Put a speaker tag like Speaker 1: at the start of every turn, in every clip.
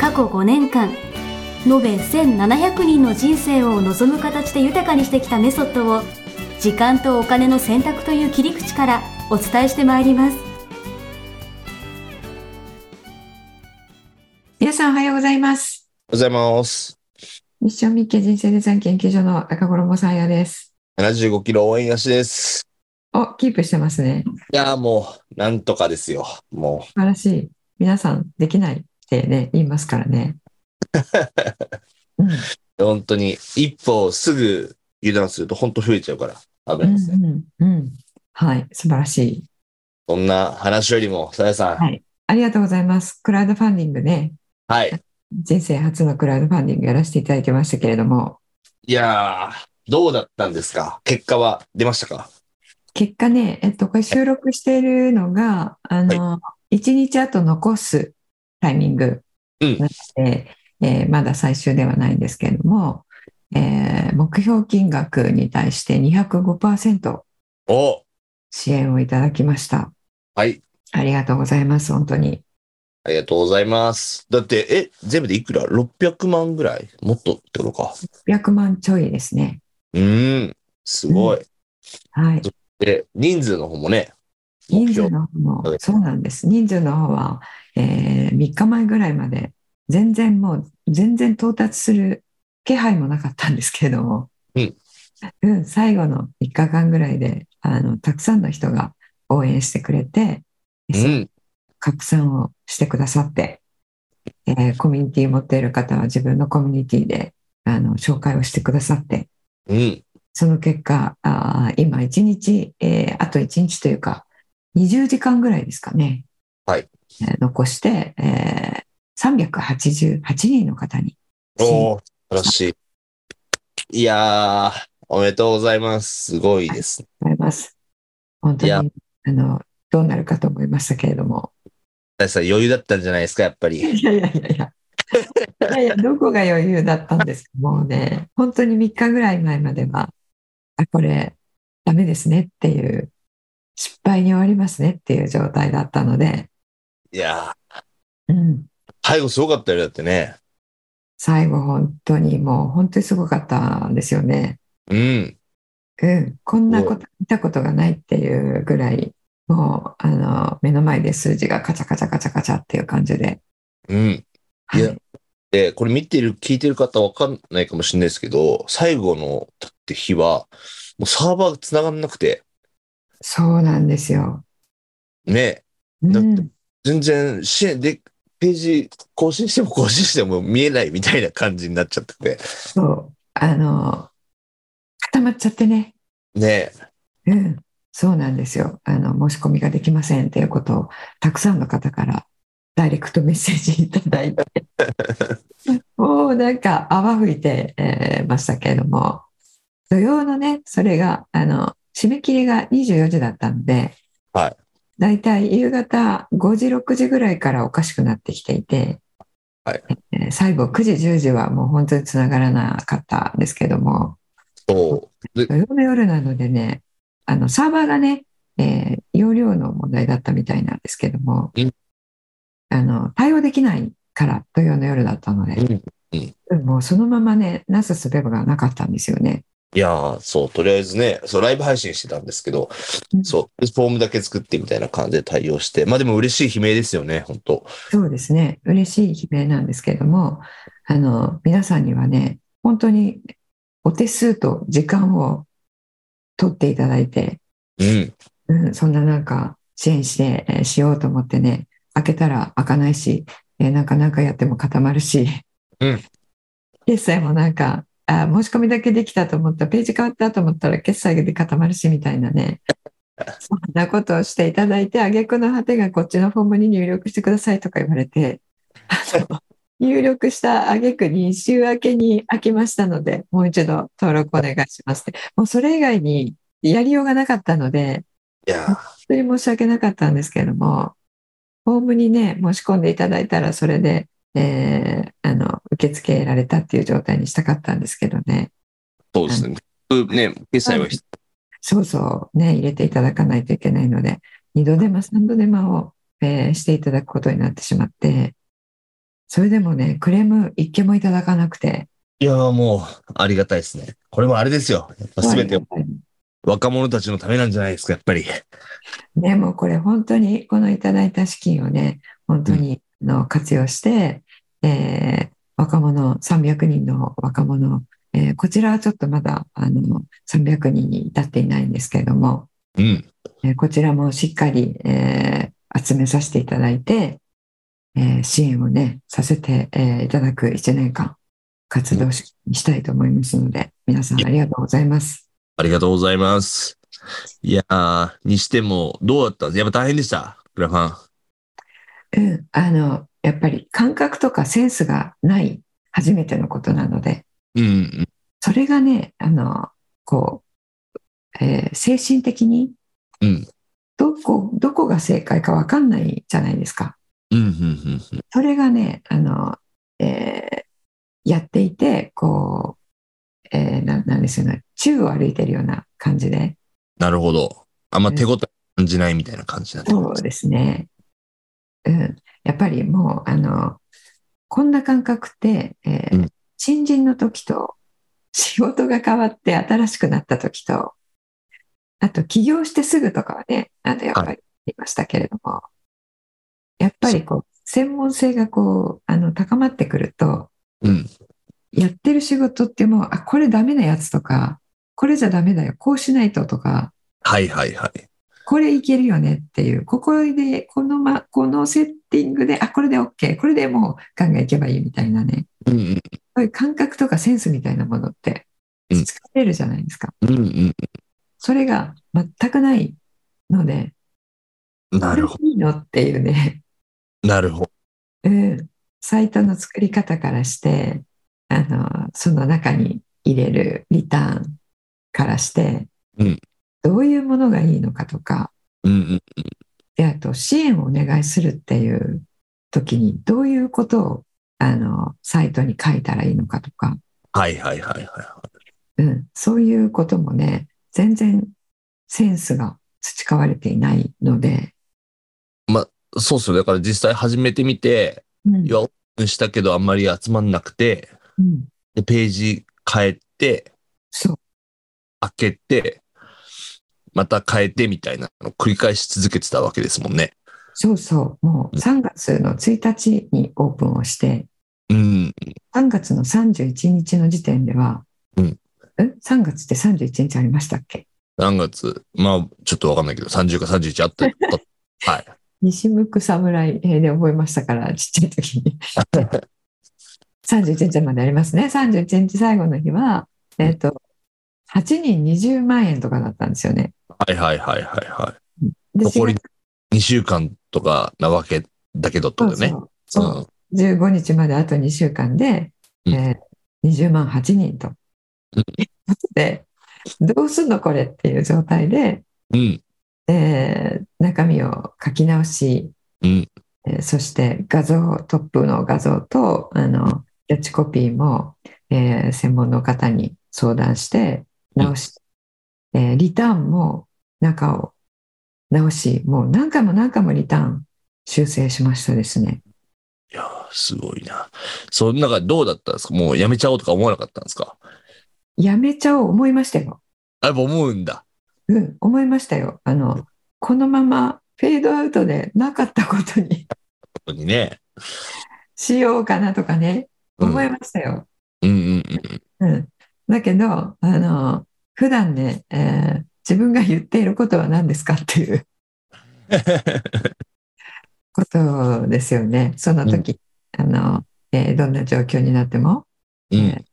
Speaker 1: 過去5年間延べ1700人の人生を望む形で豊かにしてきたメソッドを時間とお金の選択という切り口からお伝えしてまいります
Speaker 2: 皆さんおはようございます。
Speaker 3: おはようございます。
Speaker 2: ミッションミッケ人生デザイン研究所の赤衣さんやです。
Speaker 3: 75キロ応援やしです。
Speaker 2: お、キープしてますね。素
Speaker 3: いやーもう、なんとかですよ。も
Speaker 2: 晴らしい。皆さんできないってね、言いますからね。うん、うん
Speaker 3: う、本当に、一歩すぐ油断すると本当増えちゃうから、危ないですね。
Speaker 2: うん、うん。はい、素晴らしい。
Speaker 3: そんな話よりも、さやさん。
Speaker 2: はいありがとうございます。クラウドファンディングね、
Speaker 3: はい。い、
Speaker 2: 人生初のクラウドファンディングやらせていただきましたけれども、
Speaker 3: やー、どうだったんですか結果は出ましたか
Speaker 2: 結果ね、えっと、これ収録しているのが、あの、1日あと残すタイミング
Speaker 3: うん
Speaker 2: なので、えーまだ最終ではないんですけれども、えー目標金額に対して205%
Speaker 3: お
Speaker 2: 支援をいただきました。
Speaker 3: はい。
Speaker 2: ありがとうございます、本当に。
Speaker 3: ありがとうございます。だって、え、全部でいくら ?600 万ぐらいもっとってことか。
Speaker 2: 100万ちょいですね。
Speaker 3: うーん、すごい。
Speaker 2: はい。
Speaker 3: で、人数の方もね、目
Speaker 2: 人数
Speaker 3: 標。
Speaker 2: の方も、そうなんです。人数の方は、え3日前ぐらいまで、全然もう、全然到達する気配もなかったんですけれども、
Speaker 3: うん
Speaker 2: うん最後の3日間ぐらいで、あの、たくさんの人が応援してくれて、
Speaker 3: うん、
Speaker 2: 拡散をしてくださって、えーコミュニティ持っている方は自分のコミュニティであの紹介をしてくださって
Speaker 3: うん、
Speaker 2: その結果あー今1日、えーあと1日というか20時間ぐらいですかね、
Speaker 3: はい
Speaker 2: えー残して、えー388人の方に
Speaker 3: おお、素晴らしい。いやー、おめでとうございます。すごいですね。
Speaker 2: ございます本
Speaker 3: い
Speaker 2: 当
Speaker 3: や
Speaker 2: にあのどうなるかと思いましたけれども
Speaker 3: 大地さん余裕だったんじゃないですか、やっぱり。
Speaker 2: いやいやいやいや。いやいや、どこが余裕だったんですか。もうね、本当に3日ぐらい前までは、あ、これ、ダメですねっていう、失敗に終わりますねっていう状態だったので、
Speaker 3: いや
Speaker 2: うん、
Speaker 3: ー、背後すごかったよ、だってね。
Speaker 2: 最後本当にもう本当にすごかったんですよね。
Speaker 3: うん。
Speaker 2: うん、こんなこと見たことがないっていうぐらい、もう、あの、目の前で数字がカチャカチャカチャカチャっていう感じで、
Speaker 3: うん。
Speaker 2: はい
Speaker 3: やで、これ見てる、聞いてる方わかんないかもしれないですけど、最後の、だって日は、もうサーバーが繋がんなくて、
Speaker 2: そうなんですよ。
Speaker 3: ね、
Speaker 2: うん
Speaker 3: だって全然支援で、ページ更新しても更新しても見えないみたいな感じになっちゃってて、
Speaker 2: そう、あの、固まっちゃってね、
Speaker 3: ね、
Speaker 2: うん、そうなんですよ。あの、申し込みができませんっていうことを、たくさんの方からダイレクトメッセージいただ いて、もうなんか泡吹いて、えーましたけれども、土曜のね、それが、あの、締め切りが24時だったんで、
Speaker 3: はい
Speaker 2: だいたい夕方5時、6時ぐらいからおかしくなってきていて、
Speaker 3: はい
Speaker 2: えー最後9時、10時はもう本当につながらなかったんですけども、
Speaker 3: そう、
Speaker 2: 土曜の夜なのでね、あのサーバーがね、えー容量の問題だったみたいなんですけども
Speaker 3: うん、
Speaker 2: あの対応できないから土曜の夜だったので、
Speaker 3: うん
Speaker 2: もうそのままね、なすすべがなかったんですよね。
Speaker 3: いやー、そう、とりあえずね、そう、ライブ配信してたんですけど、
Speaker 2: うん
Speaker 3: そう、フォームだけ作ってみたいな感じで対応して、まあでも嬉しい悲鳴ですよね、本当
Speaker 2: そうですね、嬉しい悲鳴なんですけども、あの皆さんにはね、本当にお手数と時間を取っていただいて、
Speaker 3: うん。
Speaker 2: うん、そんななんか支援して、えーしようと思ってね、開けたら開かないし、えーなんかなんかやっても固まるし、
Speaker 3: うん
Speaker 2: 決済もなんか、あー、申し込みだけできたと思った、ページ変わったと思ったら決済で固まるしみたいなね、そんなことをしていただいて、挙句の果てがこっちのフォームに入力してくださいとか言われて、あの入力した挙句に週明けに開きましたので、もう一度登録お願いしますって。もうそれ以外にやりようがなかったので、
Speaker 3: いやー、
Speaker 2: 本当に申し訳なかったんですけれども、フォームにね、申し込んでいただいたら、それで、えーあの、受け付けられたっていう状態にしたかったんですけどね。
Speaker 3: そうですね。ね、決済は必
Speaker 2: そうそう、ね、入れていただかないといけないので、2度手間、3度手間を、えーしていただくことになってしまって、それでもね、クレーム一件もいただかなくて、
Speaker 3: いやーもう、ありがたいですね。これもあれですよ。やっぱ全て若者たちのためなんじゃないですか、やっぱり。
Speaker 2: ね、もうこれ本当にこのいただいた資金をね、本当にあの活用して、えー若者、300人の若者、えーこちらはちょっとまだあの300人に至っていないんですけれども、
Speaker 3: うん。
Speaker 2: えーこちらもしっかり、えー集めさせていただいて、えー支援をね、させて、えーいただく1年間活動ししたいと思いますので、皆さんありがとうございます。
Speaker 3: ありがとうございます。いやー、にしても、どうだったんですやっぱ大変でした、クラファン。
Speaker 2: うん、あの、やっぱり感覚とかセンスがない初めてのことなので、
Speaker 3: うんうん。
Speaker 2: それがね、あの、こう、えー精神的に
Speaker 3: うん。
Speaker 2: どこ、どこが正解かわかんないじゃないですか。
Speaker 3: うん、うん、うんうん。
Speaker 2: それがね、あの、えーやっていて、こう、えーななんですよね、宙を歩いてるような感じで、
Speaker 3: なるほど。あんま手応え感じないみたいな感じだった。
Speaker 2: そうですね。うん、やっぱりもう、あの、こんな感覚って、えー
Speaker 3: うん
Speaker 2: 新人の時と、仕事が変わって新しくなった時と、あと起業してすぐとかはね、あの、やっぱりいましたけれども、やっぱりこう、専門性がこう、あの、高まってくると、
Speaker 3: うん。
Speaker 2: やってる仕事ってもう、あ、これダメなやつとか、これじゃダメだよ、こうしないととか、
Speaker 3: はいはいはい。
Speaker 2: これいけるよねっていう、ここで、このま、このセッティングで、あ、これで OK、これでもうガンガンいけばいいみたいなね、
Speaker 3: うん
Speaker 2: そういう感覚とかセンスみたいなものって、
Speaker 3: うん
Speaker 2: 作れるじゃないですか。
Speaker 3: うん。うん
Speaker 2: それが全くないので、
Speaker 3: うん。なるほ
Speaker 2: これいいのっていうね。
Speaker 3: ど。なるほど。
Speaker 2: うん、サイトの作り方からしてあのその中に入れるリターンからして、
Speaker 3: うん
Speaker 2: どういうものがいいのかとか
Speaker 3: うんうん。
Speaker 2: であと支援をお願いするっていう時にどういうことをあのサイトに書いたらいいのかとか、
Speaker 3: はいはいはいは
Speaker 2: うん、そういうこともね全然センスが培われていないので、
Speaker 3: い。そうっすよ。だから実際始めてみて、
Speaker 2: うん
Speaker 3: いや、オープンしたけどあんまり集まんなくて、
Speaker 2: うん、
Speaker 3: で、ページ変えて、
Speaker 2: そう
Speaker 3: 開けて、また変えてみたいなのを繰り返し続けてたわけですもんね。
Speaker 2: そうそうもう3月の1日にオープンをして、
Speaker 3: うん。
Speaker 2: 3月の31日の時点では、
Speaker 3: うん
Speaker 2: え3月って31日ありましたっけ
Speaker 3: 何月まあ、ちょっとわかんないけど、30か31あった。 あはい。
Speaker 2: 西向く侍えーで覚えましたから、ちっちゃい時に。31日までありますね。31日最後の日は、えっ、と、8人20万円とかだったんですよね。
Speaker 3: はいはいはいはいは
Speaker 2: で
Speaker 3: 残り
Speaker 2: 4
Speaker 3: い。2週間とかなわけだけどってこと
Speaker 2: 月
Speaker 3: ね。
Speaker 2: そうそうそう15日まであと2週間で、
Speaker 3: うん
Speaker 2: えー20万8人と
Speaker 3: うん。
Speaker 2: で、どうすんのこれっていう状態で、
Speaker 3: うん。うん。
Speaker 2: えー中身を書き直し、
Speaker 3: うん
Speaker 2: えーそして画像トップの画像とあのキャッチコピーも、えー専門の方に相談して直し、えーリターンも中を直しもう何回も何回もリターン修正しましたですね。
Speaker 3: いやー、すごいな。その中どうだったんですかもうやめちゃおうとか思わなかったんですか
Speaker 2: やめちゃおう思いましたよ。
Speaker 3: あやっぱ思うんだ。
Speaker 2: うん、思いましたよ。あのこのままフェードアウトでなかったことに
Speaker 3: 本当にね。
Speaker 2: しようかなとかね
Speaker 3: うん
Speaker 2: 思いましたよ。
Speaker 3: うんうんうん。
Speaker 2: うん、だけど、あの、普段ね、えー自分が言っていることは何ですかっていうことですよね。その時、あの、えーどんな状況になっても、え
Speaker 3: う
Speaker 2: ー
Speaker 3: ん。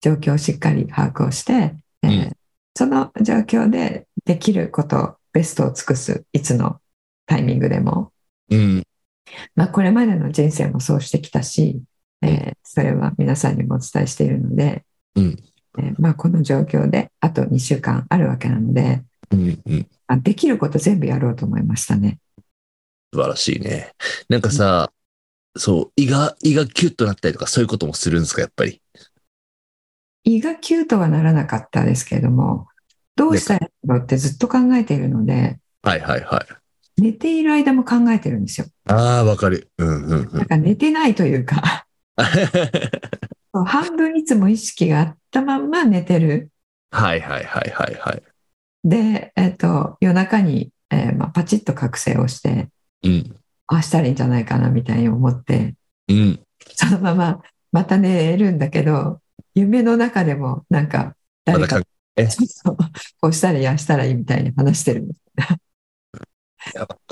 Speaker 2: 状況をしっかり把握をして、えー
Speaker 3: うん
Speaker 2: その状況でできること、ベストを尽くす、いつのタイミングでも。
Speaker 3: うん。
Speaker 2: まあ、これまでの人生もそうしてきたし、えーそれは皆さんにもお伝えしているので、
Speaker 3: うん
Speaker 2: えーまあ、この状況であと2週間あるわけなので、
Speaker 3: うんうん。
Speaker 2: あできること全部やろうと思いましたね。
Speaker 3: 素晴らしいね。なんかさ、そう、胃が、胃がキュッとなったりとか、そういうこともするんですか、やっぱり。
Speaker 2: 胃がキュートはならなかったですけれどもどうしたらいいのってずっと考えているので
Speaker 3: はいはいはい。
Speaker 2: 寝ている間も考えてるんですよ。
Speaker 3: ああ、わかる。うんうんう
Speaker 2: なん
Speaker 3: ん。
Speaker 2: か寝てないというか そう半分いつも意識があったまんま寝てる
Speaker 3: はいはいはいはいはい。
Speaker 2: で、えっと夜中に、えーまあ、パチッと覚醒をして
Speaker 3: うん。
Speaker 2: あしたらいいんじゃないかなみたいに思って
Speaker 3: うん。
Speaker 2: そのまままた寝るんだけど夢の中でもなんか
Speaker 3: ま
Speaker 2: 誰
Speaker 3: だ
Speaker 2: か
Speaker 3: か、
Speaker 2: ちょっとこうしたらいいああしたらいいみたいに話してる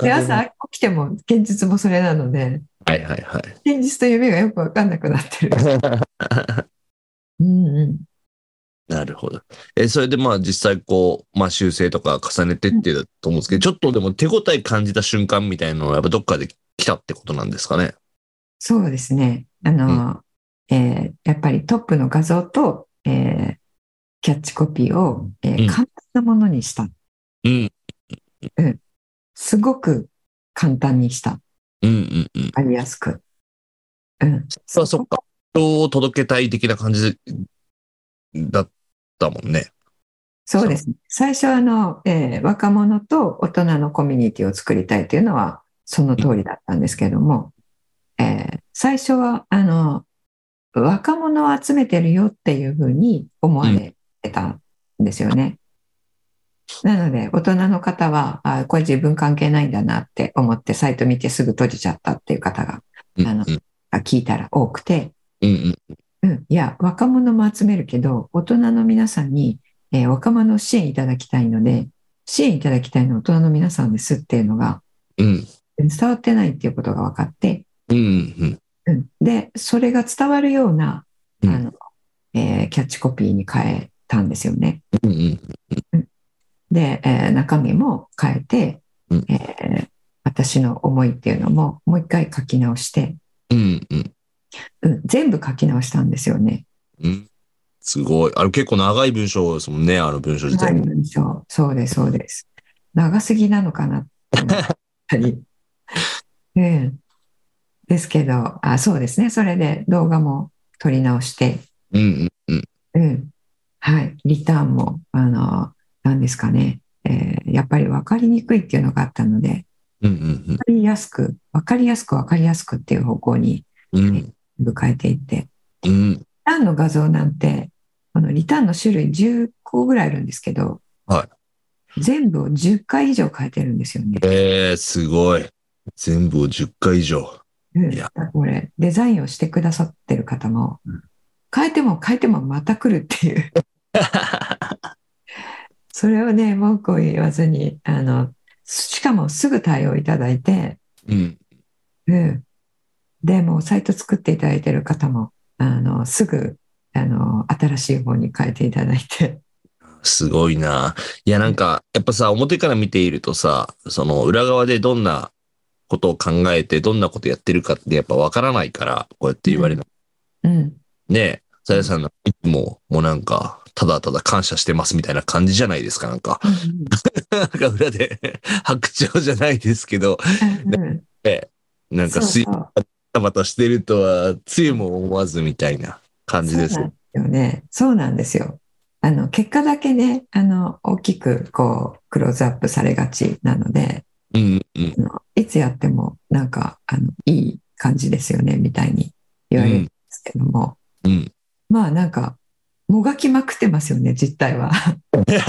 Speaker 2: で朝起きても現実もそれなので
Speaker 3: はいはいはい。
Speaker 2: 現実と夢がよく分かんなくなってる うんうん
Speaker 3: なるほど。え、それでまあ実際こう、まあ修正とか重ねてってだと思うんですけど、ちょっとでも手応え感じた瞬間みたいなのはやっぱどっかで来たってことなんですかね。
Speaker 2: そうですねあの、えーやっぱりトップの画像と、えーキャッチコピーを、えー
Speaker 3: うん
Speaker 2: 簡単なものにした
Speaker 3: うん。
Speaker 2: すごく簡単にした
Speaker 3: うんうんうん。
Speaker 2: ありやすく、うん、
Speaker 3: そっかそっか。人を届けたい的な感じだったもんね。
Speaker 2: そうですね。最初はあの、えー若者と大人のコミュニティを作りたいというのはその通りだったんですけれども、えー最初はあの若者を集めてるよっていうふうに思われてたんですよね。なので大人の方はあこれ自分関係ないんだなって思ってサイト見てすぐ閉じちゃったっていう方が
Speaker 3: うんう
Speaker 2: あ
Speaker 3: ん
Speaker 2: の聞いたら多くて、
Speaker 3: うんうん。
Speaker 2: うん、いや、若者も集めるけど、大人の皆さんに、えー若者を支援いただきたいので、支援いただきたいのは大人の皆さんですっていうのが
Speaker 3: うん
Speaker 2: 伝わってないっていうことが分かって、
Speaker 3: うんうん。
Speaker 2: うん、で、それが伝わるような、あ
Speaker 3: うん
Speaker 2: の、えーキャッチコピーに変えたんですよね。
Speaker 3: うんうん。
Speaker 2: で、えー中身も変えて、
Speaker 3: うん
Speaker 2: えー私の思いっていうのももう一回書き直して、
Speaker 3: うんうん
Speaker 2: うん、全部書き直したんですよね。
Speaker 3: うん。すごい。あれ結構長い文章ですもんね、あの文章自体
Speaker 2: 長い
Speaker 3: も。
Speaker 2: 文章そうですそうです長すぎなのかなって思ったり、うん、ですけどあそうですねそれで動画も撮り直して、
Speaker 3: うんうんうん。
Speaker 2: うんはい、リターンもあの何ですかね、えーやっぱり分かりにくいっていうのがあったので
Speaker 3: うんうん
Speaker 2: 分かりやすく分かりやすく分かりやすくっていう方向に
Speaker 3: うん。うん
Speaker 2: 変えていってリ
Speaker 3: うん。
Speaker 2: ターンの画像なんてこのリターンの種類10個ぐらいあるんですけど、
Speaker 3: は
Speaker 2: 全部を10回以上変えてるんですよね。
Speaker 3: えー、すごい。全部を10回以上。
Speaker 2: うん
Speaker 3: いや
Speaker 2: これデザインをしてくださってる方も
Speaker 3: うん
Speaker 2: 変えても変えてもまた来るっていう それをね文句を言わずにあのしかもすぐ対応いただいて、
Speaker 3: うん。
Speaker 2: うん、でもうサイト作っていただいてる方もあのすぐあの新しい方に変えていただいて、
Speaker 3: すごいな。いや、なんか、やっぱさ、表から見ているとさ、その裏側でどんなことを考えて、どんなことやってるかってやっぱわからないから、こうやって言われる。
Speaker 2: うん、
Speaker 3: ねえ、さやさんのいつも、もうなんか、ただただ感謝してますみたいな感じじゃないですか、なんか。なんか裏で 白鳥じゃないですけど、
Speaker 2: うん
Speaker 3: なん
Speaker 2: そ
Speaker 3: か
Speaker 2: う
Speaker 3: 水
Speaker 2: そう
Speaker 3: たまたしてるとは、つゆも思わずみたいな感じです
Speaker 2: そう。なんですよね。そうなんですよ。あの結果だけね、あの大きくこうクローズアップされがちなので、
Speaker 3: うんうん
Speaker 2: あのいつやってもなんかあのいい感じですよねみたいに言われるんですけども、
Speaker 3: うん。
Speaker 2: まあなんかもがきまくってますよね実態は。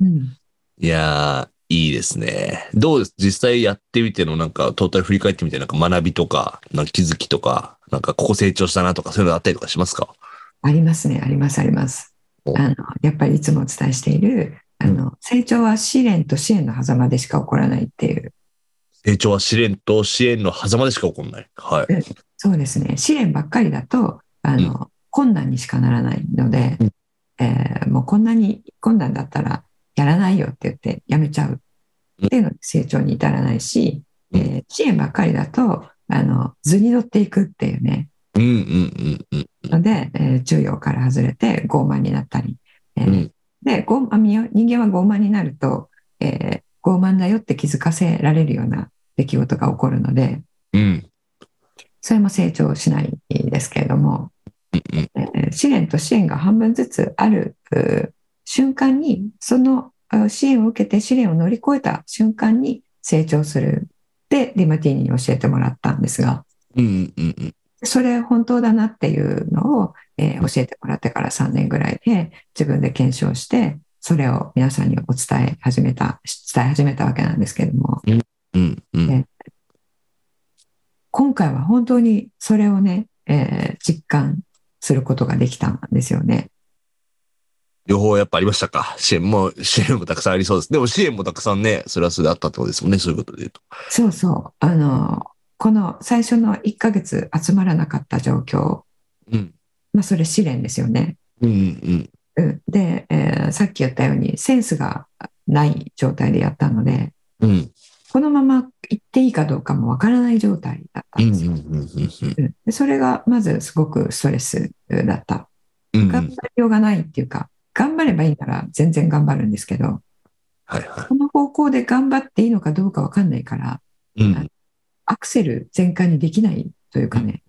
Speaker 2: うん、
Speaker 3: いやー、いいですね。どうです実際やってみてのなんか、トータル振り返ってみて、なんか学びとか、なんか気づきとか、なんかここ成長したなとか、そういうのあったりとかしますか
Speaker 2: ありますねありますあります。
Speaker 3: お
Speaker 2: あのやっぱりいつもお伝えしているあの成長は試練と支援の狭間でしか起こらないっていう
Speaker 3: 成長は試練と支援の狭間でしか起こんない。はい。
Speaker 2: そうですね試練ばっかりだとあの、困難にしかならないので、
Speaker 3: うん
Speaker 2: えーもうこんなに困難だったらやらないよって言ってやめちゃうっていうので成長に至らないし、
Speaker 3: うん
Speaker 2: えー支援ばっかりだとあの図に乗っていくっていうね
Speaker 3: うんうんうん
Speaker 2: ので、えー中庸から外れて傲慢になったり、えー
Speaker 3: うん
Speaker 2: で傲あみ人間は傲慢になると、えー傲慢だよって気づかせられるような出来事が起こるので
Speaker 3: うん。うん
Speaker 2: それも成長しないですけれども、
Speaker 3: うんうん。
Speaker 2: えー試練と支援が半分ずつあるうー瞬間にそのあ支援を受けて試練を乗り越えた瞬間に成長するでディマティーニに教えてもらったんですが
Speaker 3: うんうんうん
Speaker 2: それ本当だなっていうのを、えー教えてもらってから3年ぐらいで自分で検証してそれを皆さんにお伝え始めたし伝え始めたわけなんですけども
Speaker 3: うんうん。
Speaker 2: ね今回は本当にそれをね、えー実感することができたんですよね。
Speaker 3: 両方やっぱありましたか。支援も、支援もたくさんありそうです。でも支援もたくさんね、それはそれであったってことですもんね、そういうことで言うと。
Speaker 2: そうそうあのこの最初の1ヶ月集まらなかった状況、
Speaker 3: うん。
Speaker 2: まあ、それ試練ですよね。
Speaker 3: うんうん
Speaker 2: うんで、えーさっき言ったようにセンスがない状態でやったので、
Speaker 3: うん。うん
Speaker 2: このまま行っていいかどうかもわからない状態だった
Speaker 3: うんん
Speaker 2: で
Speaker 3: う
Speaker 2: すよ。
Speaker 3: んうん
Speaker 2: うんでそれがまずすごくストレスだった。
Speaker 3: うんうん。
Speaker 2: 頑張りようがないっていうか、頑張ればいいなら全然頑張るんですけど、
Speaker 3: はいは
Speaker 2: この方向で頑張っていいのかどうかわかんないから、
Speaker 3: い。うん
Speaker 2: アクセル全開にできないというかね、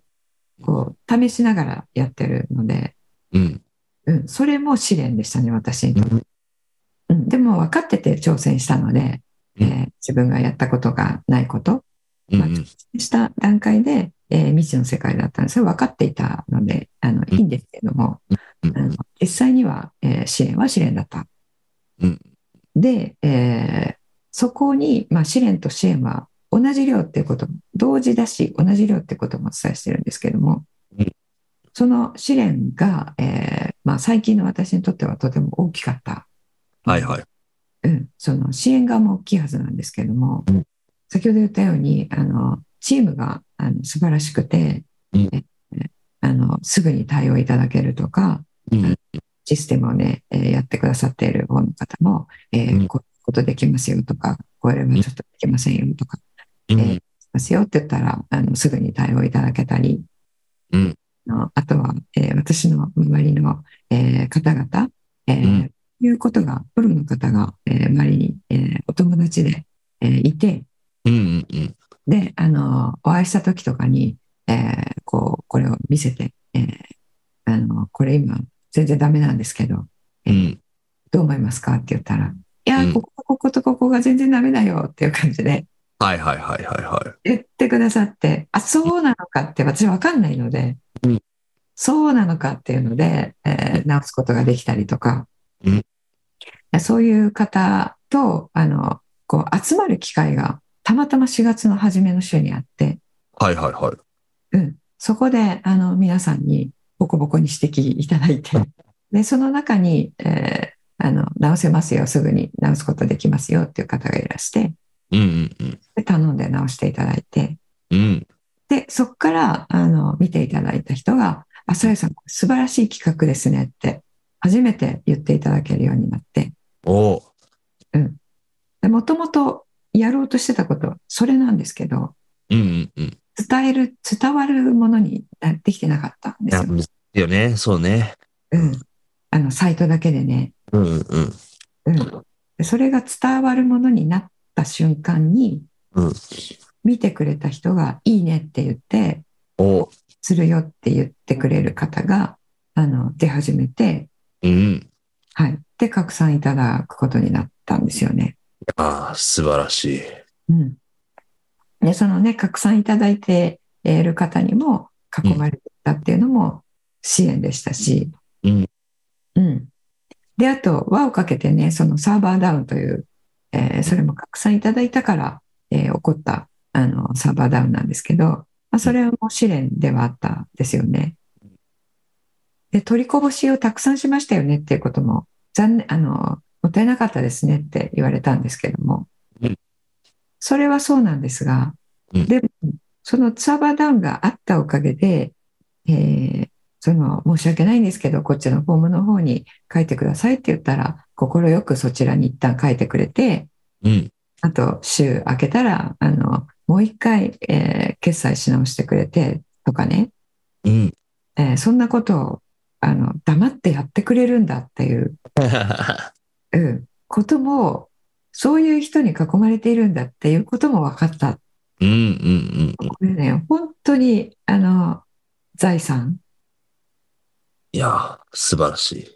Speaker 2: こう、試しながらやってるので、
Speaker 3: うん。
Speaker 2: うん、それも試練でしたね、私にとって
Speaker 3: うん
Speaker 2: うん、でも分かってて挑戦したので、えー自分がやったことがないこと、
Speaker 3: うん
Speaker 2: まあした段階で、えー未知の世界だったんですそれ分かっていたのであの
Speaker 3: うん
Speaker 2: いいんですけども、
Speaker 3: うん
Speaker 2: あの実際には、えー試練は試練だった。
Speaker 3: うん
Speaker 2: で、えーそこに、まあ、試練と支援は同じ量っていうことも同時だし同じ量っていうこともお伝えしてるんですけども、
Speaker 3: うん
Speaker 2: その試練が、えーまあ、最近の私にとってはとても大きかった。
Speaker 3: はいはい。
Speaker 2: うん、その支援側も大きいはずなんですけども、
Speaker 3: うん
Speaker 2: 先ほど言ったようにあのチームがあの素晴らしくて、
Speaker 3: うん
Speaker 2: えあのすぐに対応いただけるとか
Speaker 3: うん
Speaker 2: システムをね、えーやってくださっている方の方も、えー
Speaker 3: うん
Speaker 2: こういうことできますよとかこれはちょっとできませんよとか、
Speaker 3: うん
Speaker 2: しますよって言ったらあのすぐに対応いただけたり、
Speaker 3: うん
Speaker 2: あのあとは、えー私の周りの、えー方々、えー
Speaker 3: うん
Speaker 2: いうことがプロの方が、えー周りに、えーお友達で、えーいて
Speaker 3: うんうん
Speaker 2: であのお会いした時とかに、えーこうこれを見せて、えーあのこれ今全然ダメなんですけど、え
Speaker 3: う
Speaker 2: ー
Speaker 3: ん。
Speaker 2: どう思いますかって言ったら「いや
Speaker 3: う
Speaker 2: ー
Speaker 3: ん
Speaker 2: こここことここが全然ダメだよ」っていう感じで
Speaker 3: はいはいはいはいは
Speaker 2: 言ってくださって、あ、そうなのかって私わかんないので、
Speaker 3: うん
Speaker 2: そうなのかっていうので、えー直すことができたりとか、
Speaker 3: うん
Speaker 2: そういう方と、あの、こう集まる機会がたまたま4月の初めの週にあって、
Speaker 3: い。はいはいはい。
Speaker 2: うん、そこで、あの、皆さんにボコボコに指摘いただいて、で、その中に、えーあの、直せますよ、すぐに直すことできますよっていう方がいらして、
Speaker 3: うんうん
Speaker 2: で頼んで直していただいて、
Speaker 3: うん。うん。
Speaker 2: で、そこから、あの、見ていただいた人が、あ、さやさん、素晴らしい企画ですねって、初めて言っていただけるようになって、
Speaker 3: おお。
Speaker 2: で、もともとやろうとしてたこと、それなんですけど、
Speaker 3: うんうんうん。
Speaker 2: 伝える、伝わるものになってきてなかったんで
Speaker 3: いや
Speaker 2: すよ。
Speaker 3: 難しいよね。そうね。
Speaker 2: うん。あの、サイトだけでね。
Speaker 3: うんうんうん。
Speaker 2: うん。でそれが伝わるものになった瞬間に、
Speaker 3: うん
Speaker 2: 見てくれた人が、いいねって言って、
Speaker 3: おお。
Speaker 2: するよって言ってくれる方が、あの、出始めて、
Speaker 3: うん。
Speaker 2: はい、で拡散いただくことになったんですよね。
Speaker 3: ああ、素晴らしい。
Speaker 2: うん、でそのね拡散いただいている方にも囲まれてたっていうのも支援でしたし、
Speaker 3: うん
Speaker 2: うんであと輪をかけてねそのサーバーダウンという、えーそれも拡散いただいたから、えー起こったあのサーバーダウンなんですけど、まあ、それも試練ではあったんですよね。で取りこぼしをたくさんしましたよねっていうことも残念あのもったいなかったですねって言われたんですけども、
Speaker 3: うん
Speaker 2: それはそうなんですが、
Speaker 3: うん
Speaker 2: でもそのツアーバーダウンがあったおかげで、えーその申し訳ないんですけどこっちのフォームの方に書いてくださいって言ったら快くそちらに一旦書いてくれて
Speaker 3: うん。
Speaker 2: あと週明けたらあのもう一回、えー決済し直してくれてとかね
Speaker 3: うん。
Speaker 2: えーそんなことをあの黙ってやってくれるんだっていう、うん、こともそういう人に囲まれているんだっていうことも分かった
Speaker 3: うんうんうん。
Speaker 2: これね本当にあの財産、
Speaker 3: いやー、素晴らしい。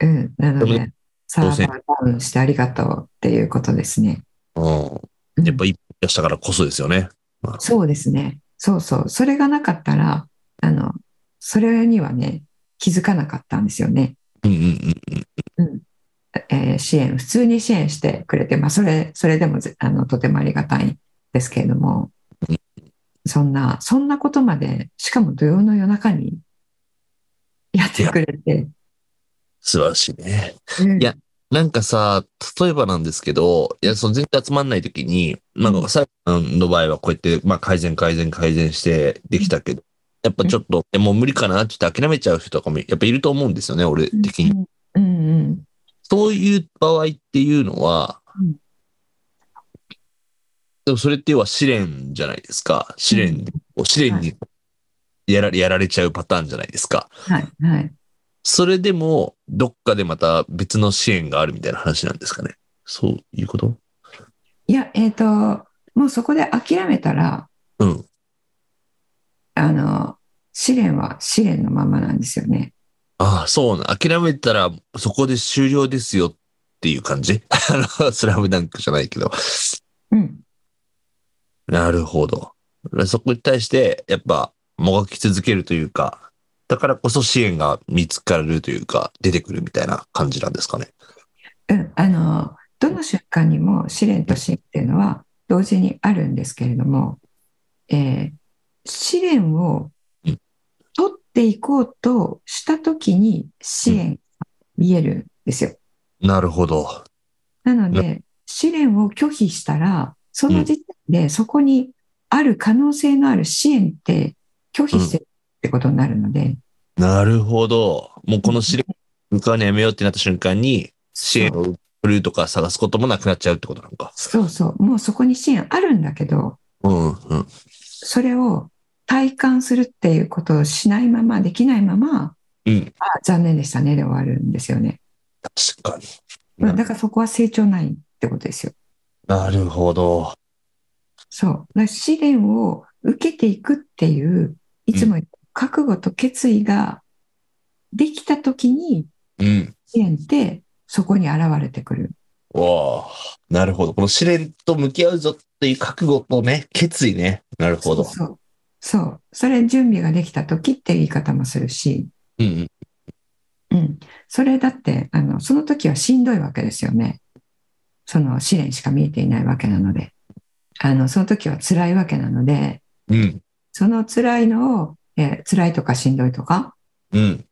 Speaker 2: うん、なの
Speaker 3: でも
Speaker 2: でサーバ
Speaker 3: 当
Speaker 2: ー
Speaker 3: 然
Speaker 2: ダウンしてありがとうっていうことですね。
Speaker 3: う
Speaker 2: うん
Speaker 3: ん。やっぱ一歩出したからこそですよね。まあ
Speaker 2: そうですねそうそうそれがなかったらあのそれにはね気づかなかったんですよね。
Speaker 3: うんうんうん。
Speaker 2: えー支援、普通に支援してくれて、まあ、それ、それでもぜあのとてもありがたいんですけれども
Speaker 3: うん、
Speaker 2: そんな、そんなことまで、しかも土曜の夜中にやってくれて、
Speaker 3: 素晴らしいね。
Speaker 2: うん
Speaker 3: いやなんかさ、例えばなんですけど、いや、その全然集まんないときに、なんか、さやんの場合はこうやって、まあ、改善、改善、改善してできたけど、やっぱちょっと、えもう無理かなって言って諦めちゃう人とかも、やっぱいると思うんですよね、俺的に。
Speaker 2: うんうん、
Speaker 3: そういう場合っていうのは
Speaker 2: うん、
Speaker 3: でもそれって要は試練じゃないですか。試練で、こう試練にやられやられちゃうパターンじゃないですか。
Speaker 2: はい、はい。
Speaker 3: それでも、どっかでまた別の支援があるみたいな話なんですかね。そういうこと
Speaker 2: いや、えっ、と、もうそこで諦めたら、
Speaker 3: うん。
Speaker 2: あの、試練は試練のままなんですよね。
Speaker 3: ああ、そうな。諦めたら、そこで終了ですよっていう感じ あの、スラムダンクじゃないけど。
Speaker 2: うん、
Speaker 3: なるほど。そこに対して、やっぱ、もがき続けるというか、だからこそ支援が見つかるというか、出てくるみたいな感じなんですかね。
Speaker 2: うん、あの、どの瞬間にも試練と試っていうのは同時にあるんですけれども、えー試練を
Speaker 3: うん
Speaker 2: 取っていこうとした時に試練が見えるんですよ。
Speaker 3: なるほど。
Speaker 2: なので、試練を拒否したら、その時点でそこにある可能性のある支援って拒否してるってことになるので、
Speaker 3: なるほど。もうこの試練、向かうのやめようってなった瞬間に、支援を振るとか探すこともなくなっちゃうってことなのか。
Speaker 2: そうそう、もうそこに支援あるんだけど、
Speaker 3: うん、うん。
Speaker 2: それを体感するっていうことをしないままできないまま
Speaker 3: うん。
Speaker 2: あ残念でしたねで終わるんですよね、
Speaker 3: 確かに。
Speaker 2: まあ
Speaker 3: うん
Speaker 2: だからそこは成長ないってことですよ
Speaker 3: なるほど。
Speaker 2: そうだから試練を受けていくっていういつも言う覚悟と決意ができた時に
Speaker 3: うん。
Speaker 2: 試練ってそこに現れてくる
Speaker 3: わあ、なるほど。この試練と向き合うぞっていう覚悟とね、決意ね。なるほど。
Speaker 2: そうそうそうそれ準備ができた時って言い方もするし、
Speaker 3: うんう
Speaker 2: う
Speaker 3: ん。
Speaker 2: ん、それだってあのその時はしんどいわけですよねその試練しか見えていないわけなのであのその時は辛いわけなので
Speaker 3: うん。
Speaker 2: その辛いのを、えー辛いとかしんどいとか
Speaker 3: うん。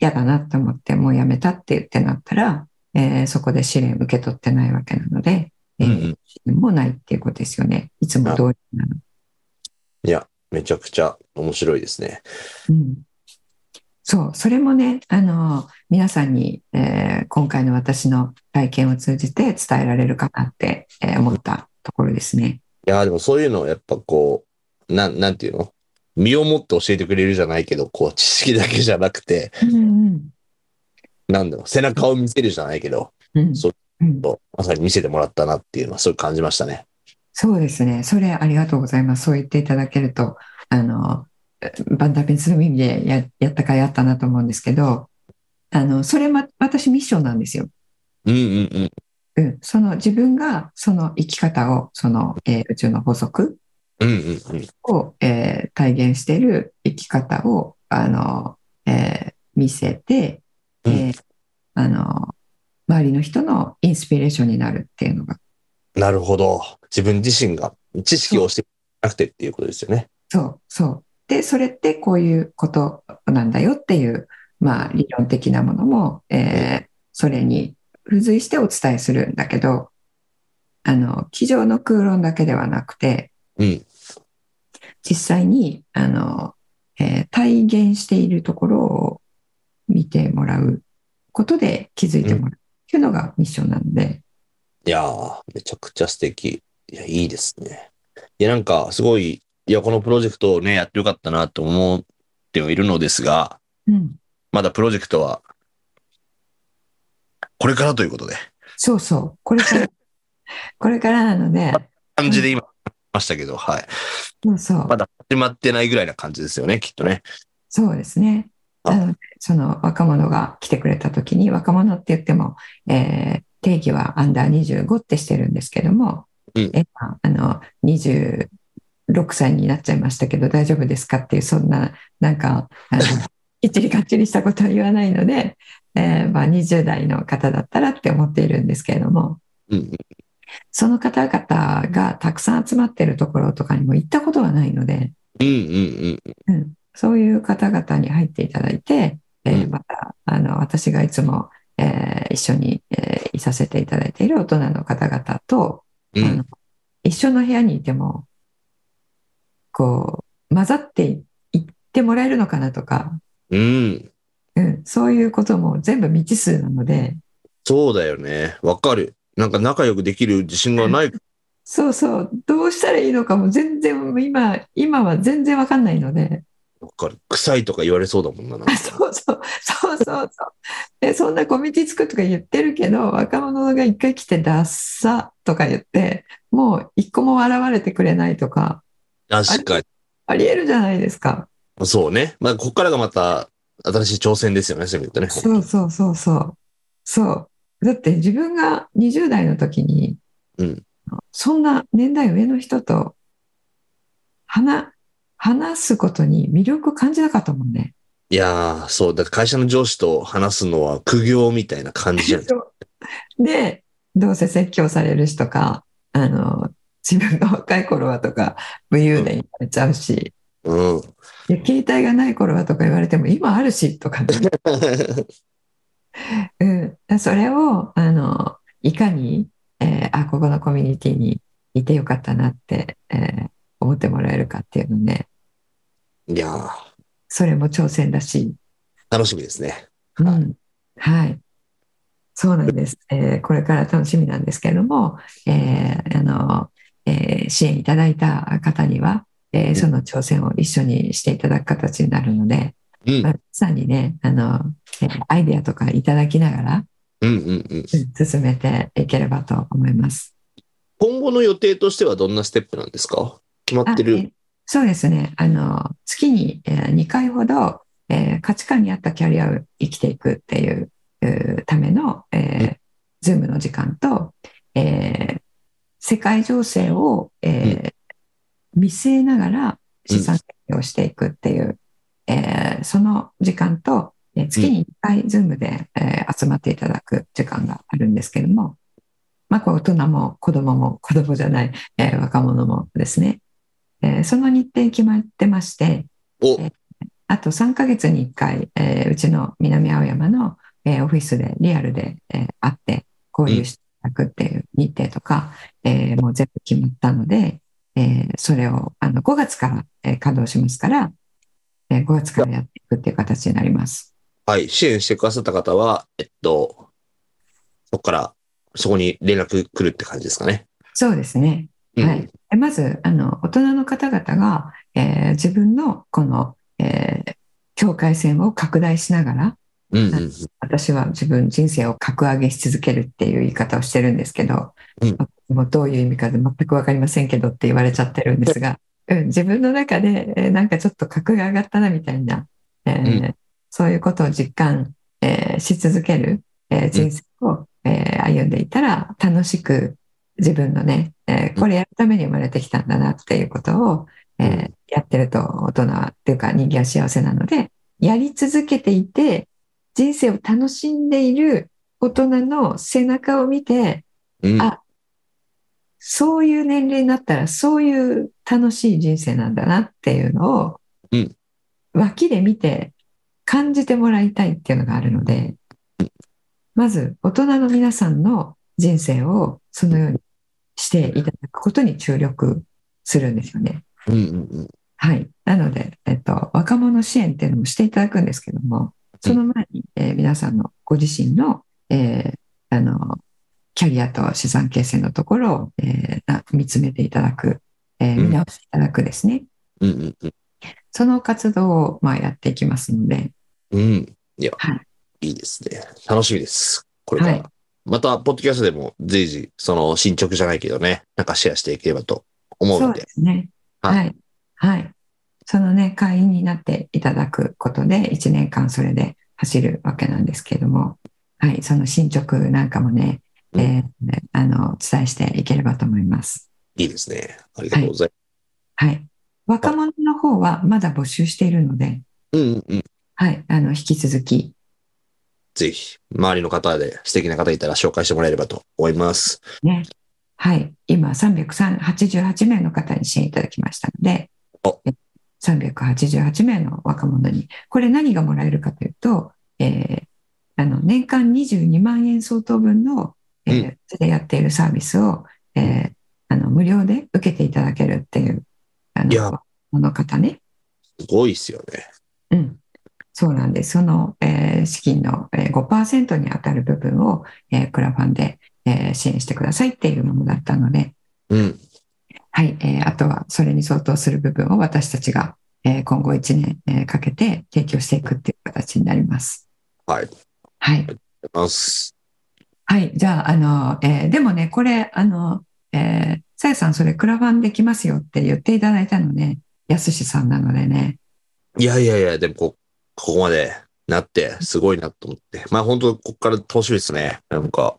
Speaker 2: 嫌だなと思ってもうやめたって言ってなったら、えーそこで試練受け取ってないわけなので、え
Speaker 3: う
Speaker 2: ー
Speaker 3: んうん。
Speaker 2: 試練もないっていうことですよねいつも通りなの、
Speaker 3: いや、めちゃくちゃ面白いですね。
Speaker 2: うん、そうそれもねあの皆さんに、えー今回の私の体験を通じて伝えられるかなって、えー思ったところですね。
Speaker 3: いや、でもそういうのをやっぱこう、なん、なんていうの身をもって教えてくれるじゃないけど、こう、知識だけじゃなくて、
Speaker 2: うん
Speaker 3: なんだろう、背中を見せるじゃないけど、
Speaker 2: うん
Speaker 3: そう
Speaker 2: うん
Speaker 3: こうまさに見せてもらったなっていうのは、そう感じましたね。
Speaker 2: そうですね。それありがとうございます。そう言っていただけると、あの、バンダーペンスの意味でややったかやったなと思うんですけど、あの、それま、私ミッションなんですよ。
Speaker 3: うんうんう
Speaker 2: う
Speaker 3: ん。
Speaker 2: ん。その自分がその生き方を、その、えー宇宙の法則
Speaker 3: うんうんうん。
Speaker 2: を、えー体現している生き方を、あの、えー見せて、
Speaker 3: うん
Speaker 2: えーあの、周りの人のインスピレーションになるっていうのが、
Speaker 3: なるほど。自分自身が知識を教えてなくてっていうことですよね。
Speaker 2: そうそう。で、それってこういうことなんだよっていう、まあ、理論的なものも、えーそれに付随してお伝えするんだけど、あの、机上の空論だけではなくて、
Speaker 3: うん
Speaker 2: 実際に、あの、えー体現しているところを見てもらうことで気づいてもらうっていうのがミッションなんで、
Speaker 3: いやー、めちゃくちゃ素敵。いや、いいですね。いや、なんか、すごい、いや、このプロジェクトをね、やってよかったなと思ってはいるのですが、
Speaker 2: うん、
Speaker 3: まだプロジェクトは、これからということで、
Speaker 2: そうそう、これから、これからなので、
Speaker 3: 感じで今、ましたけど、はい。
Speaker 2: そうそう
Speaker 3: ま、だ始まってないぐらいな感じですよね、きっとね。
Speaker 2: そうですね。
Speaker 3: あ
Speaker 2: なので、その若者が来てくれた時に、若者って言っても、えー定義はアンダー25ってしてるんですけども、
Speaker 3: うん
Speaker 2: えまああの26歳になっちゃいましたけど大丈夫ですかっていうそんななんかあ のきっちりかっちりしたことは言わないので、えーまあ、20代の方だったらって思っているんですけれども
Speaker 3: うん。
Speaker 2: その方々がたくさん集まっているところとかにも行ったことがないので。
Speaker 3: うんうん
Speaker 2: うん、そういう方々に入っていただいて、えー
Speaker 3: うん
Speaker 2: またあの私がいつも、えー一緒に、えーいさせていただいている大人の方々と、
Speaker 3: うん。う
Speaker 2: あ
Speaker 3: ん
Speaker 2: の一緒の部屋にいてもこう混ざっていいってもらえるのかなとか、
Speaker 3: うん。
Speaker 2: うん、そういうことも全部未知数なので
Speaker 3: そうだよね。わかる。なんか仲良くできる自信がない。
Speaker 2: そうそうどうしたらいいのかも全然今今は全然わかんないので。
Speaker 3: わかる。臭いとか言われそうだもんな。なん か
Speaker 2: あそうそうそうそうそうえそんなコミュニティ作るとか言ってるけど若者が一回来て「ダッサ」とか言ってもう一個も笑われてくれないとか
Speaker 3: 確か
Speaker 2: ありえるじゃないですか
Speaker 3: に。そうね。まあ、ここからがまた新しい挑戦ですよね、そういう意味でね。
Speaker 2: そうそうそうそうそうだって自分が20代の時に、
Speaker 3: うん
Speaker 2: そんな年代上の人と話話すことに魅力を感じなかったもんね。
Speaker 3: いやー、そう。だって会社の上司と話すのは苦行みたいな感じじゃないですか。
Speaker 2: でどうせ説教されるしとかあの自分が若い頃はとか武勇伝言われちゃうし、
Speaker 3: うん。
Speaker 2: いや携帯がない頃はとか言われても今あるしと かね、うん、それをあのいかに、えーあここのコミュニティにいてよかったなって、えー思ってもらえるかっていうのね
Speaker 3: いやー、
Speaker 2: それも挑戦だし、
Speaker 3: 楽しみですね。
Speaker 2: う
Speaker 3: はい
Speaker 2: ん、はいそうなんです、えーこれから楽しみなんですけれども、えーあのえー支援いただいた方には、えーその挑戦を一緒にしていただく形になるので、
Speaker 3: うん
Speaker 2: まあ、皆さんにねあの、えーアイデアとかいただきながら
Speaker 3: うんうんうん。
Speaker 2: うん進めていければと思います。
Speaker 3: 今後の予定としてはどんなステップなんですか決ま
Speaker 2: あ
Speaker 3: って
Speaker 2: え
Speaker 3: る。
Speaker 2: ーそうですねあの月に、え2回ほど、えー価値観に合ったキャリアを生きていくっていうえーための、えー
Speaker 3: うん
Speaker 2: ズームの時間と、えー世界情勢を、えー見据えながら資産設計をしていくっていう、えーその時間と、えー月に1回ズームで、えー集まっていただく時間があるんですけども、まあ、こう大人も子供も子供じゃない、えー若者もですね、えーその日程決まってまして
Speaker 3: お、
Speaker 2: えあと3ヶ月に1回、えーうちの南青山の、えーオフィスでリアルで、えー会って交流していただくっていう日程とか、えーもう全部決まったので、えーそれをあの5月から、えー稼働しますから、え5月からやっていくっていう形になります。
Speaker 3: はい、支援してくださった方は、えっと、そこから、そこに連絡来るって感じですかね。
Speaker 2: そうですね。
Speaker 3: うん
Speaker 2: はい、えまずあの大人の方々が、えー自分のこの、えー境界線を拡大しながら
Speaker 3: うんうん
Speaker 2: 私は自分人生を格上げし続けるっていう言い方をしてるんですけど、
Speaker 3: うん
Speaker 2: もうどういう意味か全く分かりませんけどって言われちゃってるんですが、うん、自分の中で、えーなんかちょっと格が上がったなみたいな、えー
Speaker 3: う
Speaker 2: そういうことを実感、えーし続ける、えー人生を、えー歩んでいたら楽しく自分のね、えーこれやるために生まれてきたんだなっていうことを、えー
Speaker 3: うん
Speaker 2: やってると大人はっていうか人間は幸せなのでやり続けていて人生を楽しんでいる大人の背中を見て
Speaker 3: うん。うん
Speaker 2: あそういう年齢になったらそういう楽しい人生なんだなっていうのを、
Speaker 3: うん
Speaker 2: 脇で見て感じてもらいたいっていうのがあるのでまず大人の皆さんの人生をそのようにしていただくことに注力するんですよね。
Speaker 3: うんうん
Speaker 2: はい。なので、えっと、若者支援っていうのもしていただくんですけども、その前に、えー皆さんのご自身の、えーあの、キャリアと資産形成のところを、えーな見つめていただく、えー
Speaker 3: うん
Speaker 2: 見直していただくですね。
Speaker 3: うんうんうん
Speaker 2: その活動をまあやっていきますので、
Speaker 3: うん。いや、、
Speaker 2: はい
Speaker 3: いですね。楽しみです。これから。
Speaker 2: はい
Speaker 3: また、ポッドキャストでも随時、その進捗じゃないけどね、なんかシェアしていければと思う
Speaker 2: そ
Speaker 3: の
Speaker 2: う
Speaker 3: で
Speaker 2: で。すね。
Speaker 3: はい
Speaker 2: はい。はい。そのね、会員になっていただくことで、1年間それで走るわけなんですけども、はい、その進捗なんかもね、
Speaker 3: うん
Speaker 2: えーあの、お伝えしていければと思います。
Speaker 3: いいですね。ありがとうござい
Speaker 2: はい。若者の方はまだ募集しているので、
Speaker 3: ます。うんうんうん。
Speaker 2: はい、あの、引き続き、
Speaker 3: ぜひ、周りの方で素敵な方いたら紹介してもらえればと思います。
Speaker 2: ね、はい、今388名の方に支援いただきましたので
Speaker 3: お、
Speaker 2: え388名の若者に、これ何がもらえるかというと、えーあの年間22万円相当分の、えー
Speaker 3: う
Speaker 2: それでやっているサービスを、えーあの無料で受けていただけるっていう、あ
Speaker 3: いや
Speaker 2: の、この方ね。
Speaker 3: すごいっすよね。
Speaker 2: うん、そうなんです。その、えー資金の、えー、5%に当たる部分を、えークラファンで、えー支援してくださいっていうものだったので、
Speaker 3: うん。
Speaker 2: はい、えーあとはそれに相当する部分を私たちが、えー今後1年、えーかけて提供していくっていう形になります。
Speaker 3: はい。
Speaker 2: はい。
Speaker 3: ます。
Speaker 2: はい。じゃあ、あの、えーでもね、これ、あの、えーさやさん、それクラファンできますよって言っていただいたのね、やすしさんなのでね、
Speaker 3: いやいやいや、でもこ、ここまでなって、すごいなと思って。まあ本当、ここから楽しみですね。なんか、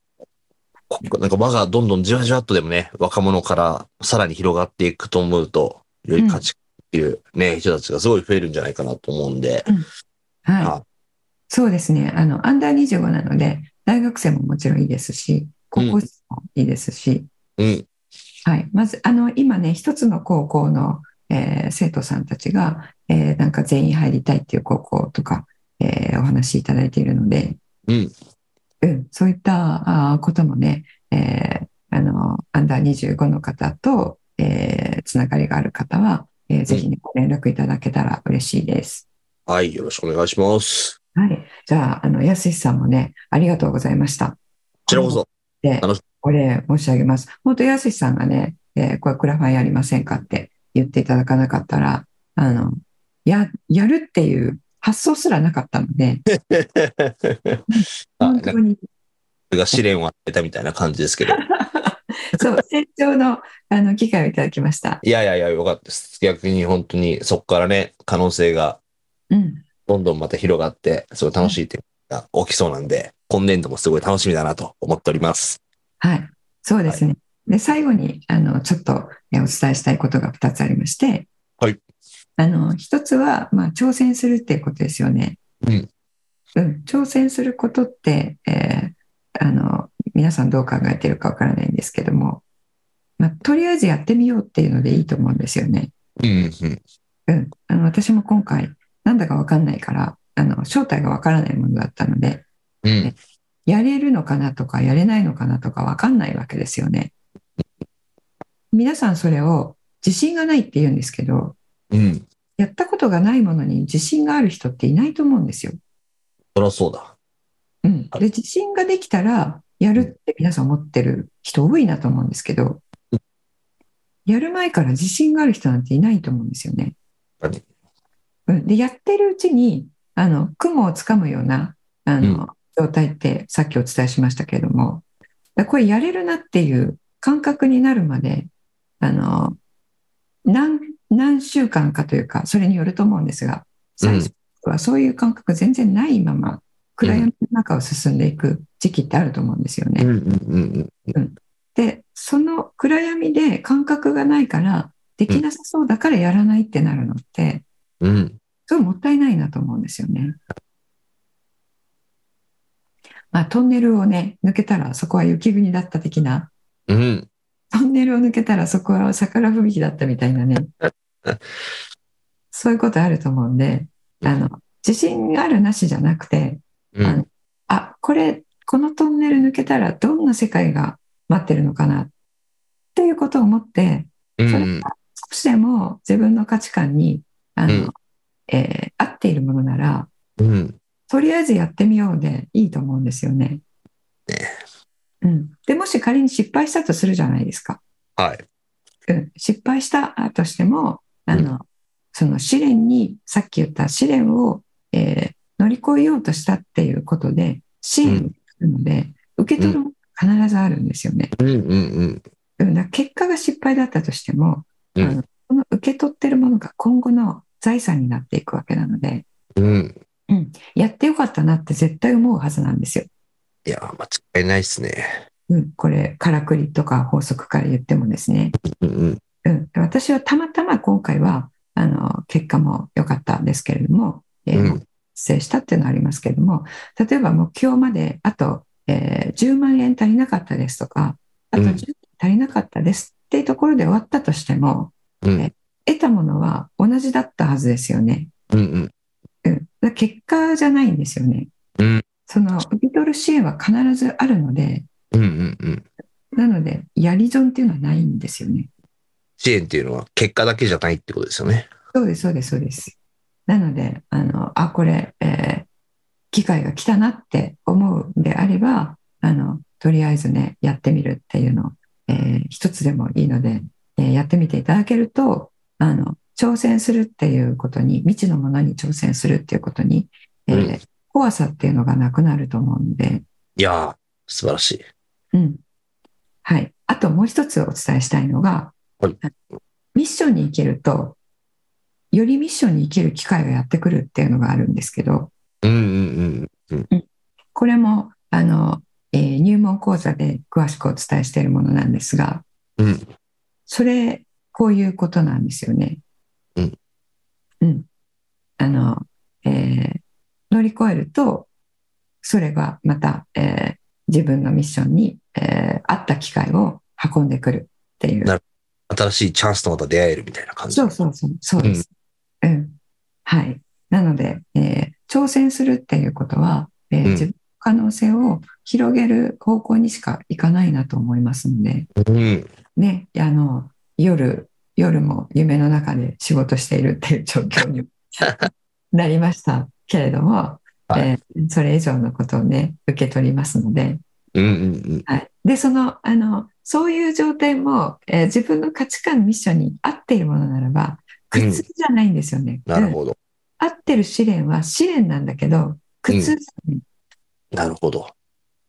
Speaker 3: こなんか輪がどんどんじわじわっとでもね、若者からさらに広がっていくと思うと、より価値っていうね、人たちがすごい増えるんじゃないかなと思うんで。
Speaker 2: はい。
Speaker 3: あ
Speaker 2: そうですね。あの、アンダー25なので、大学生ももちろんいいですし、高校生もいいですし、
Speaker 3: うん。
Speaker 2: はい。まず、あの、今ね、一つの高校の、えー生徒さんたちが、えーなんか全員入りたいっていう高校とか、えーお話しいただいているので、
Speaker 3: うん。
Speaker 2: うん、そういったあーこともね、えーあの、アンダー25の方と、えーつながりがある方は、えーぜひね、ご連絡いただけたら嬉しいです。
Speaker 3: はい、よろしくお願いします。
Speaker 2: はい。じゃあ、あの、やすしさんもね、ありがとうございました。
Speaker 3: こちらこそ。
Speaker 2: で
Speaker 3: あの、
Speaker 2: お礼申し上げます。本当、やすしさんがね、えーこれクラファンやりませんかって言っていただかなかったら、あの、や、やるっていう発想すらなかったので、
Speaker 3: あな
Speaker 2: 本
Speaker 3: んか
Speaker 2: 当に、
Speaker 3: それが試練を与えたみたいな感じですけど。
Speaker 2: そう、成長の、あの、機会をいただきました。
Speaker 3: いやいやいや、よかったです。逆に本当にそこからね、可能性が
Speaker 2: うん。
Speaker 3: どんどんまた広がって、すごい楽しい展開が起きそうなんで、今年度もすごい楽しみだなと思っております。
Speaker 2: はい。そうですね。で、最後に、あの、ちょっとえーお伝えしたいことが2つありまして、
Speaker 3: はい。
Speaker 2: あの、1つは、まあ、挑戦するっていうことですよね。
Speaker 3: うん。
Speaker 2: うん、挑戦することって、えーあの皆さんどう考えてるかわからないんですけども、まあ、とりあえずやってみようっていうのでいいと思うんですよね。
Speaker 3: うん、うん。
Speaker 2: うん、あの私も今回なんだかわかんないからあの正体がわからないものだったので
Speaker 3: うん。
Speaker 2: やれるのかなとかやれないのかなとかわかんないわけですよね。皆さんそれを自信がないって言うんですけど
Speaker 3: うん。
Speaker 2: やったことがないものに自信がある人っていないと思うんですよ。
Speaker 3: そりゃそうだ。
Speaker 2: うん、
Speaker 3: はい
Speaker 2: で自信ができたらやるって皆さん思ってる人多いなと思うんですけど
Speaker 3: うん
Speaker 2: やる前から自信がある人なんていないと思うんですよね。
Speaker 3: はい
Speaker 2: うん、でやってるうちにあの雲をつかむようなあの、状態ってさっきお伝えしましたけれどもだからこれやれるなっていう感覚になるまであの何何週間かというかそれによると思うんですが最初はそういう感覚全然ないまま暗闇の中を進んでいく時期ってあると思うんですよね。
Speaker 3: ん、うん、
Speaker 2: でその暗闇で感覚がないからできなさそうだからやらないってなるのって
Speaker 3: うん。うん。
Speaker 2: それもったいないなと思うんですよね。まあ、トンネルをね抜けたらそこは雪国だった的な
Speaker 3: うん。
Speaker 2: トンネルを抜けたらそこは桜吹雪だったみたいなねそういうことあると思うんであの自信があるなしじゃなくて
Speaker 3: うん。
Speaker 2: あこれこのトンネル抜けたらどんな世界が待ってるのかなっていうことを思って
Speaker 3: うん。
Speaker 2: 少しでも自分の価値観にあの、
Speaker 3: うん
Speaker 2: えー合っているものなら
Speaker 3: うん。
Speaker 2: とりあえずやってみようでいいと思うんですよね。
Speaker 3: ね
Speaker 2: うん、でもし仮に失敗したとするじゃないですか。
Speaker 3: はい。
Speaker 2: うん、失敗したとしてもあの、その試練に、さっき言った試練を、えー乗り越えようとしたっていうことで、支援になるので、受け取るものが必ずあるんですよね。
Speaker 3: うんうんうん。
Speaker 2: だから結果が失敗だったとしても、
Speaker 3: うん
Speaker 2: あのこの受け取ってるものが今後の財産になっていくわけなので、
Speaker 3: うん。
Speaker 2: やってよかったなって絶対思うはずなんですよ。
Speaker 3: いや、間違いないっすね。
Speaker 2: うん、これ、からくりとか法則から言ってもですね。
Speaker 3: うんうん。
Speaker 2: うん、私はたまたま今回は、あの、結果も良かったんですけれども、えー
Speaker 3: うん
Speaker 2: 達成したっていうのはありますけれども、例えば目標まであと、えー10万円足りなかったですとか、あと
Speaker 3: うん
Speaker 2: 10足りなかったですっていうところで終わったとしても、
Speaker 3: うん
Speaker 2: え得たものは同じだったはずですよね。
Speaker 3: うんうん。
Speaker 2: うん、だから結果じゃないんですよね。
Speaker 3: うん
Speaker 2: その受け取る支援は必ずあるので、
Speaker 3: うんうんうん。
Speaker 2: なので、やり損っていうのはないんですよね。
Speaker 3: 支援っていうのは結果だけじゃないってことですよね。
Speaker 2: そうです、そうです、そうです。なので、あの、あ、これ、えー機会が来たなって思うんであれば、あの、とりあえずね、やってみるっていうのを、えー一つでもいいので、えーやってみていただけると、あの、挑戦するっていうことに、未知のものに挑戦するっていうことに、えー
Speaker 3: うん
Speaker 2: 怖さっていうのがなくなると思うんで、
Speaker 3: いやー、素晴らしい。
Speaker 2: うん。はい。あともう一つお伝えしたいのが、
Speaker 3: はい
Speaker 2: ミッションに生きると、よりミッションに生きる機会がやってくるっていうのがあるんですけど、
Speaker 3: うんうん
Speaker 2: これも、あの、えー入門講座で詳しくお伝えしているものなんですが、
Speaker 3: うん。うん。
Speaker 2: それ、こういうことなんですよね。
Speaker 3: うん。
Speaker 2: うん。あの、えー乗り越えると、それがまた、えー自分のミッションに、えー合った機会を運んでくるっていう。
Speaker 3: な新しいチャンスとまた出会えるみたいな感じ。
Speaker 2: そうそうそう、そうです。うん。はい。なので、えー挑戦するっていうことは、えー
Speaker 3: うん
Speaker 2: 自分の可能性を広げる方向にしかいかないなと思いますので、
Speaker 3: うん。
Speaker 2: ね、あの、夜、夜も夢の中で仕事しているっていう状況 になりましたけれども、
Speaker 3: はい
Speaker 2: えーそれ以上のことをね、受け取りますので、
Speaker 3: うんうん
Speaker 2: はい、でそのあのそういう状態も、えー自分の価値観ミッションに合っているものならば苦
Speaker 3: うん
Speaker 2: 痛じゃないんですよね、
Speaker 3: なる
Speaker 2: うん
Speaker 3: ほど。
Speaker 2: 合ってる試練は試練なんだけど苦痛じゃない、
Speaker 3: なるほど。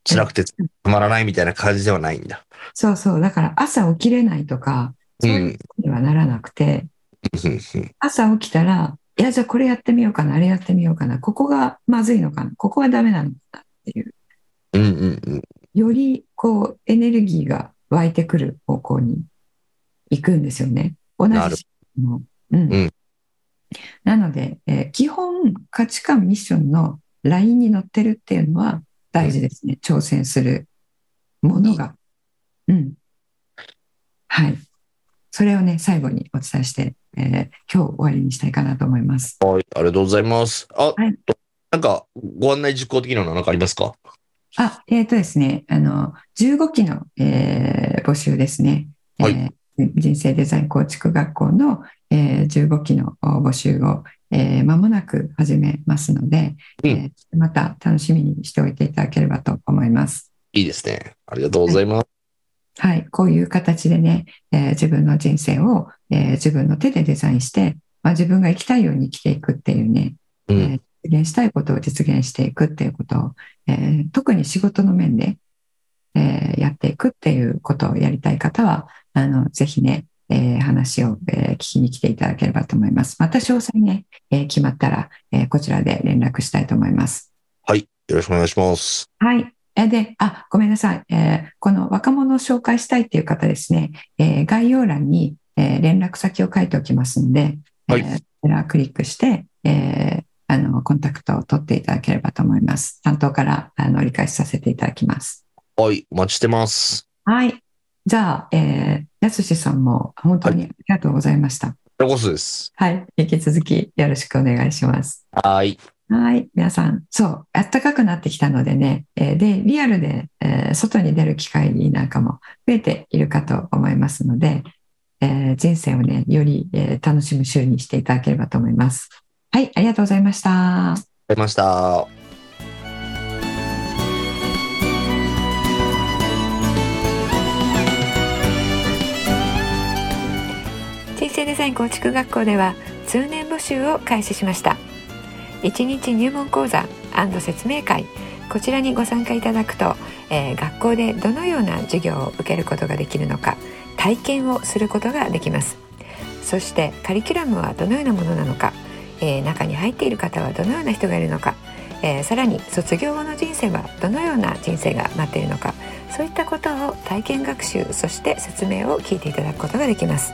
Speaker 3: 辛くてたまらないみたいな感じではないんだ。
Speaker 2: そうそうだから朝起きれないとか
Speaker 3: う
Speaker 2: そう
Speaker 3: んう
Speaker 2: いうんことにはならなくて、
Speaker 3: うんうん。
Speaker 2: 朝起きたらいやじゃあこれやってみようかなあれやってみようかなここがまずいのかなここはダメなのかなっていう
Speaker 3: うんうんうん。
Speaker 2: よりこうエネルギーが湧いてくる方向に行くんですよね。同じ
Speaker 3: なる
Speaker 2: 仕事も。うん
Speaker 3: うん
Speaker 2: なので、えー基本価値観ミッションのラインに乗ってるっていうのは大事ですね。挑戦するものが。うん。はい。それをね、最後にお伝えして、えー今日終わりにしたいかなと思います。
Speaker 3: はい、ありがとうございます。あ、
Speaker 2: はい
Speaker 3: となんか、ご案内実行的なのは何かありますか
Speaker 2: あ、えっ、とですね、あの、15期の、えー募集ですね。
Speaker 3: はい
Speaker 2: えー人生デザイン構築学校の、えー15期のお募集を、えー間もなく始めますので、
Speaker 3: うん
Speaker 2: えーまた楽しみにしておいていただければと思います。
Speaker 3: いいですね。ありがとうございます。
Speaker 2: はい、こういう形でね、えー自分の人生を、えー自分の手でデザインして、まあ、自分が生きたいように生きていくっていうね、
Speaker 3: う
Speaker 2: え
Speaker 3: ん。
Speaker 2: ー実現したいことを実現していくっていうことを、えー特に仕事の面で、えーやっていくっていうことをやりたい方は、あの、ぜひね、えー話を、えー聞きに来ていただければと思います。また詳細ね、えー決まったら、えーこちらで連絡したいと思います。
Speaker 3: はい、よろしくお願いします。
Speaker 2: はい。えーで、あ、ごめんなさい。えーこの若者を紹介したいっていう方ですね、えー概要欄に、えー連絡先を書いておきますので、
Speaker 3: はい
Speaker 2: えーこちらクリックして、えーあの、コンタクトを取っていただければと思います。担当から、あの、折り返しさせていただきます。
Speaker 3: はい、お待ちしてます。
Speaker 2: はい。じゃあ、えー、やすしさんも本当にありがとうございました。
Speaker 3: こちらこそです。
Speaker 2: はい。引き続きよろしくお願いします。
Speaker 3: はい。
Speaker 2: はい、皆さん、そう、暖かくなってきたのでね、えーで、リアルで、えー外に出る機会なんかも増えているかと思いますので、えー人生をね、より、えー楽しむ週にしていただければと思います。はい、ありがとうございました。
Speaker 3: ありました。
Speaker 2: 人生デザイン構築学校では通年募集を開始しました1日入門講座説明会こちらにご参加いただくと、えー学校でどのような授業を受けることができるのか体験をすることができますそしてカリキュラムはどのようなものなのか、えー中に入っている方はどのような人がいるのか、えーさらに卒業後の人生はどのような人生が待っているのかそういったことを体験学習そして説明を聞いていただくことができます